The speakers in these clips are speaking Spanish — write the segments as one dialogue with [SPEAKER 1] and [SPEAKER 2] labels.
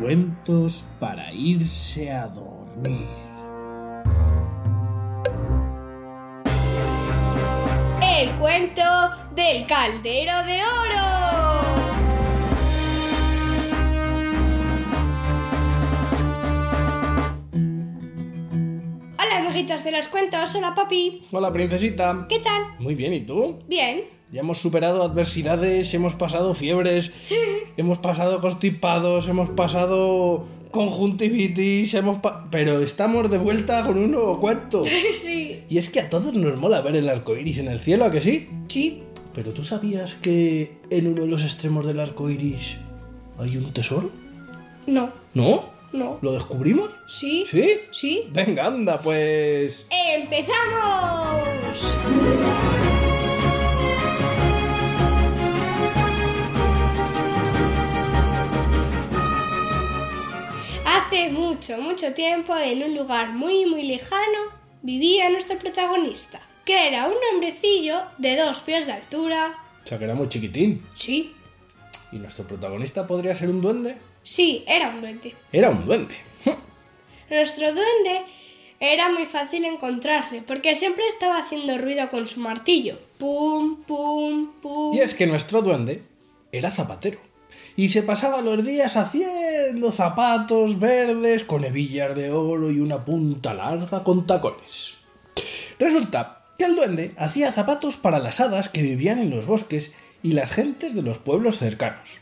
[SPEAKER 1] Cuentos para irse a dormir.
[SPEAKER 2] El cuento del caldero de oro. Hola amiguitos de los cuentos, hola papi.
[SPEAKER 1] Hola, princesita.
[SPEAKER 2] ¿Qué tal?
[SPEAKER 1] Muy bien, ¿y tú?
[SPEAKER 2] Bien.
[SPEAKER 1] Ya hemos superado adversidades, hemos pasado fiebres,
[SPEAKER 2] Sí.
[SPEAKER 1] hemos pasado constipados, hemos pasado conjuntivitis, hemos pa- Pero estamos de vuelta con un nuevo cuento.
[SPEAKER 2] Sí.
[SPEAKER 1] Y es que a todos nos mola ver el arco iris en el cielo, ¿a que sí?
[SPEAKER 2] Sí.
[SPEAKER 1] Pero ¿tú sabías que en uno de los extremos del arco iris hay un tesoro?
[SPEAKER 2] No.
[SPEAKER 1] ¿No?
[SPEAKER 2] No.
[SPEAKER 1] ¿Lo descubrimos?
[SPEAKER 2] Sí.
[SPEAKER 1] ¿Sí?
[SPEAKER 2] Sí.
[SPEAKER 1] Venga, anda, pues.
[SPEAKER 2] ¡Empezamos! Hace mucho, mucho tiempo, en un lugar muy, muy lejano, vivía nuestro protagonista, que era un hombrecillo de dos pies de altura.
[SPEAKER 1] O sea, que era muy chiquitín.
[SPEAKER 2] Sí,
[SPEAKER 1] ¿Y nuestro protagonista podría ser un duende?
[SPEAKER 2] sí, era un duende.
[SPEAKER 1] Era un duende.
[SPEAKER 2] Nuestro duende era muy fácil encontrarle, porque siempre estaba haciendo ruido con su martillo. Pum, pum, pum.
[SPEAKER 1] Y es que nuestro duende era zapatero. Y se pasaba los días haciendo zapatos verdes con hebillas de oro y una punta larga con tacones. Resulta que el duende hacía zapatos para las hadas que vivían en los bosques y las gentes de los pueblos cercanos.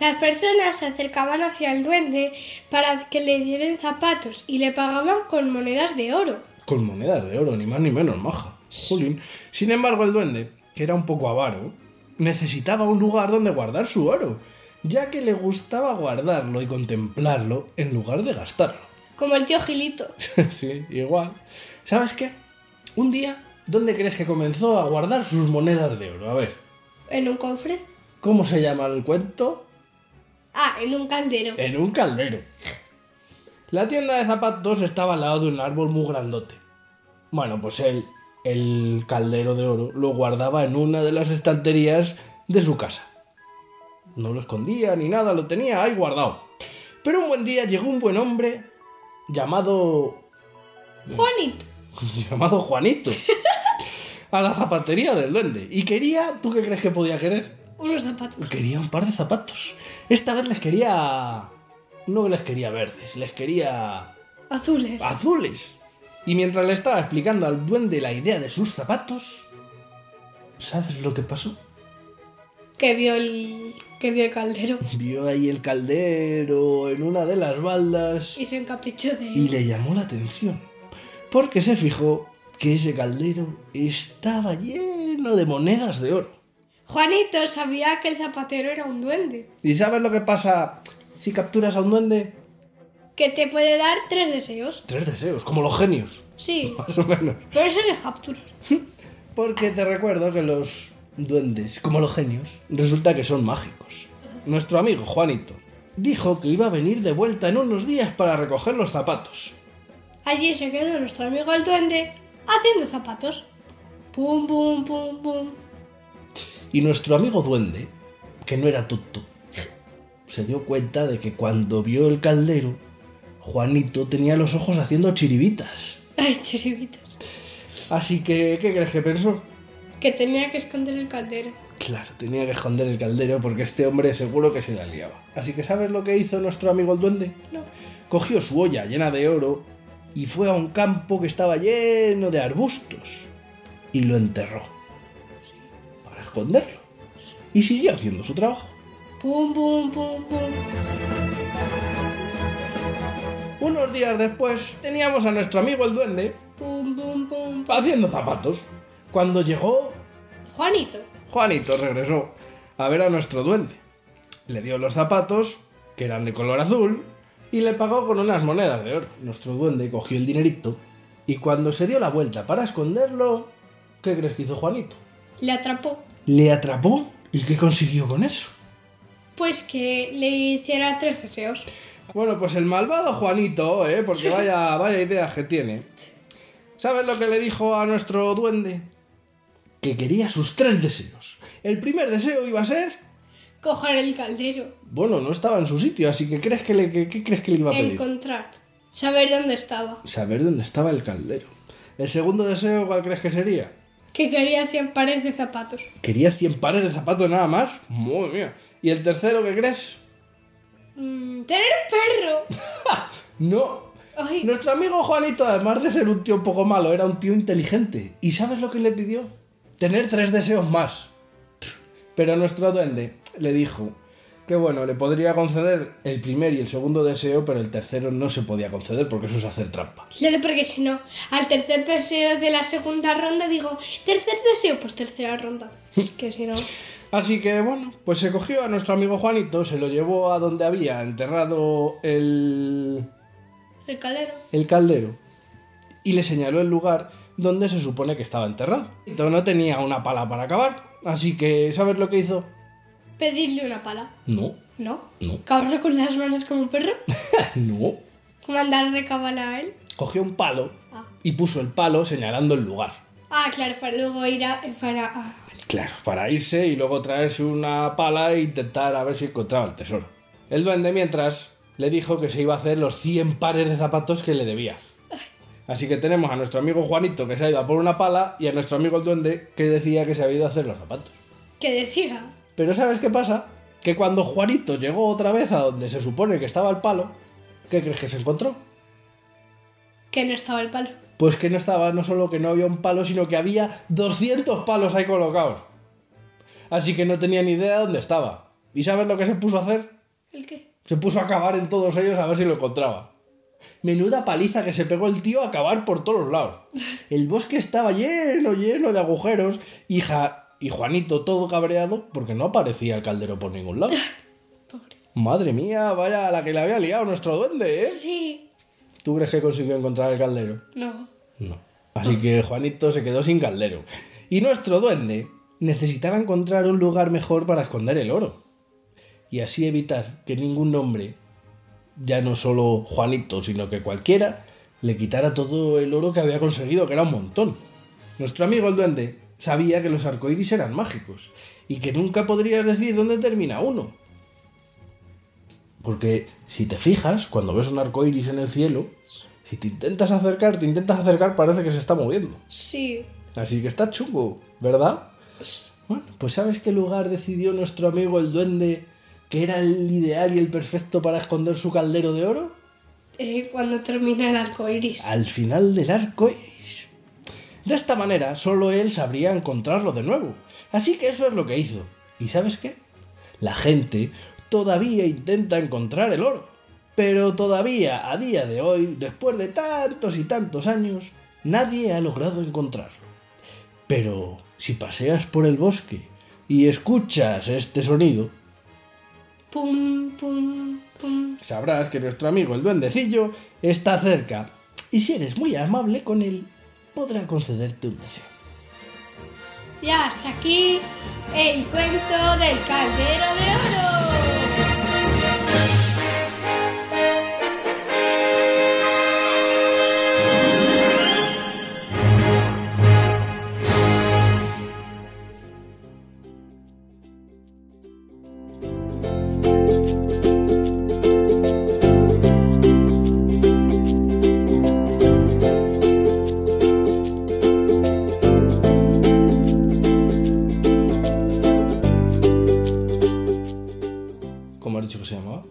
[SPEAKER 2] Las personas se acercaban hacia el duende para que le dieran zapatos y le pagaban con monedas de oro.
[SPEAKER 1] Con monedas de oro, ni más ni menos, maja. Jolín. Sin embargo, el duende, que era un poco avaro, necesitaba un lugar donde guardar su oro, ya que le gustaba guardarlo y contemplarlo en lugar de gastarlo.
[SPEAKER 2] Como el tío Gilito.
[SPEAKER 1] sí, igual. ¿Sabes qué? Un día, ¿dónde crees que comenzó a guardar sus monedas de oro? A ver,
[SPEAKER 2] ¿En un cofre?
[SPEAKER 1] ¿cómo se llama el cuento?
[SPEAKER 2] Ah, en un caldero.
[SPEAKER 1] En un caldero. La tienda de zapatos estaba al lado de un árbol muy grandote. Bueno, pues él, el caldero de oro, lo guardaba en una de las estanterías de su casa. No lo escondía ni nada, lo tenía ahí guardado. Pero un buen día llegó un buen hombre llamado
[SPEAKER 2] Juanito.
[SPEAKER 1] llamado Juanito a la zapatería del duende y quería, ¿tú qué crees que podía querer?
[SPEAKER 2] Unos zapatos.
[SPEAKER 1] Pues Quería un par de zapatos. Esta vez les quería no les quería verdes, les quería
[SPEAKER 2] Azules.
[SPEAKER 1] Ah. azules. Y mientras le estaba explicando al duende la idea de sus zapatos, ¿sabes lo que pasó?
[SPEAKER 2] Que vio el. que vio el caldero.
[SPEAKER 1] Vio ahí el caldero en una de las baldas
[SPEAKER 2] Y se encaprichó de
[SPEAKER 1] y
[SPEAKER 2] él.
[SPEAKER 1] le llamó la atención, porque se fijó que ese caldero estaba lleno de monedas de oro.
[SPEAKER 2] Juanito sabía que el zapatero era un duende.
[SPEAKER 1] ¿Y sabes lo que pasa si capturas a un duende?
[SPEAKER 2] Que te puede dar tres deseos.
[SPEAKER 1] Tres deseos, como los genios,
[SPEAKER 2] Sí.
[SPEAKER 1] más o menos.
[SPEAKER 2] Pero eso les captura.
[SPEAKER 1] Porque te recuerdo que los duendes, como los genios, resulta que son mágicos. Nuestro amigo Juanito dijo que iba a venir de vuelta en unos días para recoger los zapatos.
[SPEAKER 2] Allí se quedó nuestro amigo el duende haciendo zapatos. Pum, pum, pum, pum.
[SPEAKER 1] Y nuestro amigo duende, que no era tutto, se dio cuenta de que cuando vio el caldero, Juanito tenía los ojos haciendo chiribitas.
[SPEAKER 2] Ay, chiribitas.
[SPEAKER 1] Así que, ¿qué crees que pensó?
[SPEAKER 2] Que tenía que esconder el caldero.
[SPEAKER 1] Claro, tenía que esconder el caldero porque este hombre seguro que se la liaba. Así que ¿sabes lo que hizo nuestro amigo el duende?
[SPEAKER 2] No.
[SPEAKER 1] Cogió su olla llena de oro y fue a un campo que estaba lleno de arbustos y lo enterró para esconderlo. Y siguió haciendo su trabajo.
[SPEAKER 2] Pum, pum, pum, pum.
[SPEAKER 1] Unos días después teníamos a nuestro amigo el duende
[SPEAKER 2] Pum, pum, pum. pum.
[SPEAKER 1] haciendo zapatos. Cuando llegó,
[SPEAKER 2] Juanito.
[SPEAKER 1] Juanito regresó a ver a nuestro duende. Le dio los zapatos, que eran de color azul, y le pagó con unas monedas de oro. Nuestro duende cogió el dinerito y cuando se dio la vuelta para esconderlo, ¿qué crees que hizo Juanito?
[SPEAKER 2] Le atrapó.
[SPEAKER 1] Le atrapó y ¿qué consiguió con eso?
[SPEAKER 2] Pues que le hiciera tres deseos.
[SPEAKER 1] Bueno, pues el malvado Juanito, ¿eh? porque vaya, vaya ideas que tiene. ¿Sabes lo que le dijo a nuestro duende? Que quería sus tres deseos. El primer deseo iba a ser...
[SPEAKER 2] Coger el caldero.
[SPEAKER 1] Bueno, no estaba en su sitio, así que ¿crees que le, que- ¿qué crees que le iba a pedir?
[SPEAKER 2] Encontrar. Saber dónde estaba.
[SPEAKER 1] Saber dónde estaba el caldero. El segundo deseo, ¿cuál crees que sería?
[SPEAKER 2] Que quería 100 pares de zapatos.
[SPEAKER 1] Quería 100 pares de zapatos nada más. Muy mía. ¿Y el tercero qué crees?
[SPEAKER 2] Mm, tener un perro.
[SPEAKER 1] No.
[SPEAKER 2] Ay,
[SPEAKER 1] Nuestro amigo Juanito, además de ser un tío un poco malo, era un tío inteligente. ¿Y sabes lo que le pidió? Tener tres deseos más. Pero nuestro duende le dijo que bueno, le podría conceder el primer y el segundo deseo, pero el tercero no se podía conceder porque eso es hacer trampa.
[SPEAKER 2] claro, porque si no, al tercer deseo de la segunda ronda digo, tercer deseo, pues tercera ronda. Es que si no.
[SPEAKER 1] Así que bueno, pues se cogió a nuestro amigo Juanito, se lo llevó a donde había enterrado el...
[SPEAKER 2] El caldero.
[SPEAKER 1] el caldero y le señaló el lugar donde se supone que estaba enterrado. Entonces no tenía una pala para acabar, así que ¿sabes lo que hizo?
[SPEAKER 2] Pedirle una pala.
[SPEAKER 1] No,
[SPEAKER 2] ¿No?
[SPEAKER 1] No.
[SPEAKER 2] ¿Cabrón con las manos como un perro?
[SPEAKER 1] no.
[SPEAKER 2] ¿Mandar recabala a él?
[SPEAKER 1] Cogió un palo
[SPEAKER 2] Ah.
[SPEAKER 1] y puso el palo señalando el lugar.
[SPEAKER 2] Ah, claro, para luego ir a. Para, ah, vale.
[SPEAKER 1] Claro, para irse y luego traerse una pala e intentar a ver si encontraba el tesoro. El duende, mientras, le dijo que se iba a hacer los 100 pares de zapatos que le debía. Así que tenemos a nuestro amigo Juanito que se ha ido a por una pala y a nuestro amigo el duende que decía que se había ido a hacer los zapatos.
[SPEAKER 2] Que decía.
[SPEAKER 1] Pero ¿sabes qué pasa? Que cuando Juanito llegó otra vez a donde se supone que estaba el palo, ¿qué crees que se encontró?
[SPEAKER 2] Que no estaba el palo.
[SPEAKER 1] Pues que no estaba, no solo que no había un palo, sino que había 200 palos ahí colocados. Así que no tenía ni idea de dónde estaba. ¿Y sabes lo que se puso a hacer?
[SPEAKER 2] ¿El qué?
[SPEAKER 1] Se puso a cavar en todos ellos a ver si lo encontraba. Menuda paliza que se pegó el tío a cavar por todos lados. El bosque estaba lleno, lleno de agujeros y, Ja- y Juanito todo cabreado porque no aparecía el caldero por ningún lado.
[SPEAKER 2] Pobre.
[SPEAKER 1] Madre mía, vaya la que le había liado nuestro duende, ¿eh?
[SPEAKER 2] Sí.
[SPEAKER 1] ¿Tú crees que consiguió encontrar el caldero?
[SPEAKER 2] No.
[SPEAKER 1] No. Así que Juanito se quedó sin caldero. Y nuestro duende necesitaba encontrar un lugar mejor para esconder el oro. Y así evitar que ningún hombre, ya no solo Juanito, sino que cualquiera, le quitara todo el oro que había conseguido, que era un montón. Nuestro amigo el duende sabía que los arcoíris eran mágicos y que nunca podrías decir dónde termina uno. Porque si te fijas, cuando ves un arcoíris en el cielo, si te intentas acercar, te intentas acercar, parece que se está moviendo.
[SPEAKER 2] Sí.
[SPEAKER 1] Así que está chungo, ¿verdad? Bueno, pues ¿sabes qué lugar decidió nuestro amigo el duende que era el ideal y el perfecto para esconder su caldero de oro?
[SPEAKER 2] Eh, cuando termina el arco iris.
[SPEAKER 1] Al final del arco iris. De esta manera, solo él sabría encontrarlo de nuevo. Así que eso es lo que hizo. ¿Y sabes qué? La gente todavía intenta encontrar el oro. Pero todavía, a día de hoy, después de tantos y tantos años, nadie ha logrado encontrarlo. Pero si paseas por el bosque y escuchas este sonido,
[SPEAKER 2] Pum, pum, pum.
[SPEAKER 1] sabrás que nuestro amigo el duendecillo está cerca. Y si eres muy amable con él, podrá concederte un deseo.
[SPEAKER 2] Ya hasta aquí el cuento del caldero de oro.
[SPEAKER 1] ¿Cómo has dicho que se llamaba?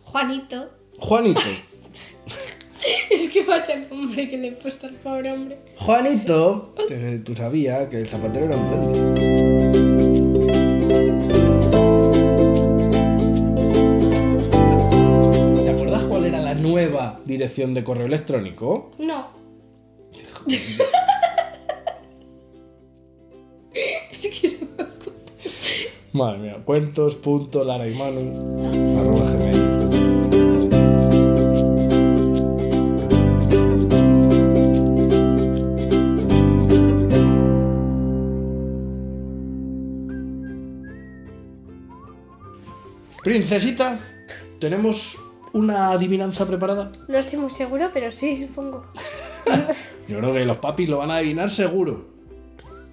[SPEAKER 2] Juanito.
[SPEAKER 1] Juanito.
[SPEAKER 2] Es que vaya nombre que le he puesto al pobre hombre.
[SPEAKER 1] Juanito. eh, Tú sabías que el zapatero era un duende. ¿Te acuerdas cuál era la nueva dirección de correo electrónico?
[SPEAKER 2] No. es que no.
[SPEAKER 1] Madre mía, cuentos, punto, Lara y Manu, arroba gmail. Princesita, ¿tenemos una adivinanza preparada?
[SPEAKER 2] No estoy muy seguro, pero sí, supongo.
[SPEAKER 1] Yo creo que los papis lo van a adivinar seguro.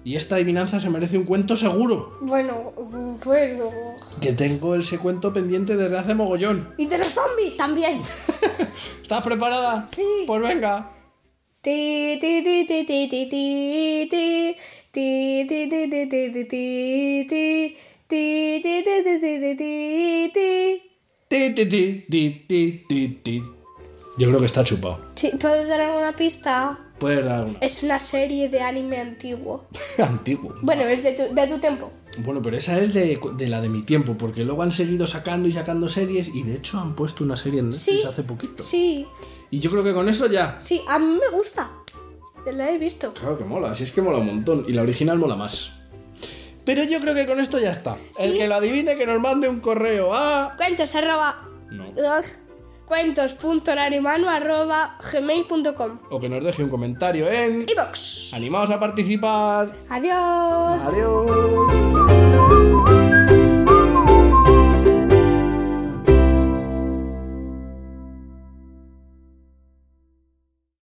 [SPEAKER 1] Y esta adivinanza se merece un cuento seguro.
[SPEAKER 2] Bueno, bueno.
[SPEAKER 1] Que tengo ese cuento pendiente desde hace mogollón.
[SPEAKER 2] Y de los zombies también.
[SPEAKER 1] ¿Estás preparada?
[SPEAKER 2] Sí.
[SPEAKER 1] Pues venga.
[SPEAKER 2] Ti, ti, ti, ti, ti, ti, ti, ti. Ti, ti, ti, ti, ti, ti, ti, ti. Ti, ti, ti, ti, ti, ti, ti, ti.
[SPEAKER 1] Ti, ti, ti, ti, ti, ti, ti. Yo creo que está chupado.
[SPEAKER 2] Sí, ¿Puedo dar alguna pista?
[SPEAKER 1] Puedes dar una.
[SPEAKER 2] Es una serie de anime antiguo.
[SPEAKER 1] Antiguo.
[SPEAKER 2] Bueno, es de tu, de tu tiempo.
[SPEAKER 1] Bueno, pero esa es de, de la de mi tiempo, porque luego han seguido sacando y sacando series y de hecho han puesto una serie en Netflix
[SPEAKER 2] Sí.
[SPEAKER 1] hace poquito.
[SPEAKER 2] Sí,
[SPEAKER 1] Y yo creo que con eso ya.
[SPEAKER 2] sí, a mí me gusta. La he visto.
[SPEAKER 1] Claro que mola, si es que mola un montón. Y la original mola más. Pero yo creo que con esto ya está. El
[SPEAKER 2] Sí.
[SPEAKER 1] que lo adivine, que nos mande un correo a.
[SPEAKER 2] Cuentos arroba.
[SPEAKER 1] No.
[SPEAKER 2] Cuentos.larimano arroba gmail.com.
[SPEAKER 1] O que nos deje un comentario en.
[SPEAKER 2] Y box.
[SPEAKER 1] Animaos a participar.
[SPEAKER 2] Adiós.
[SPEAKER 1] Adiós.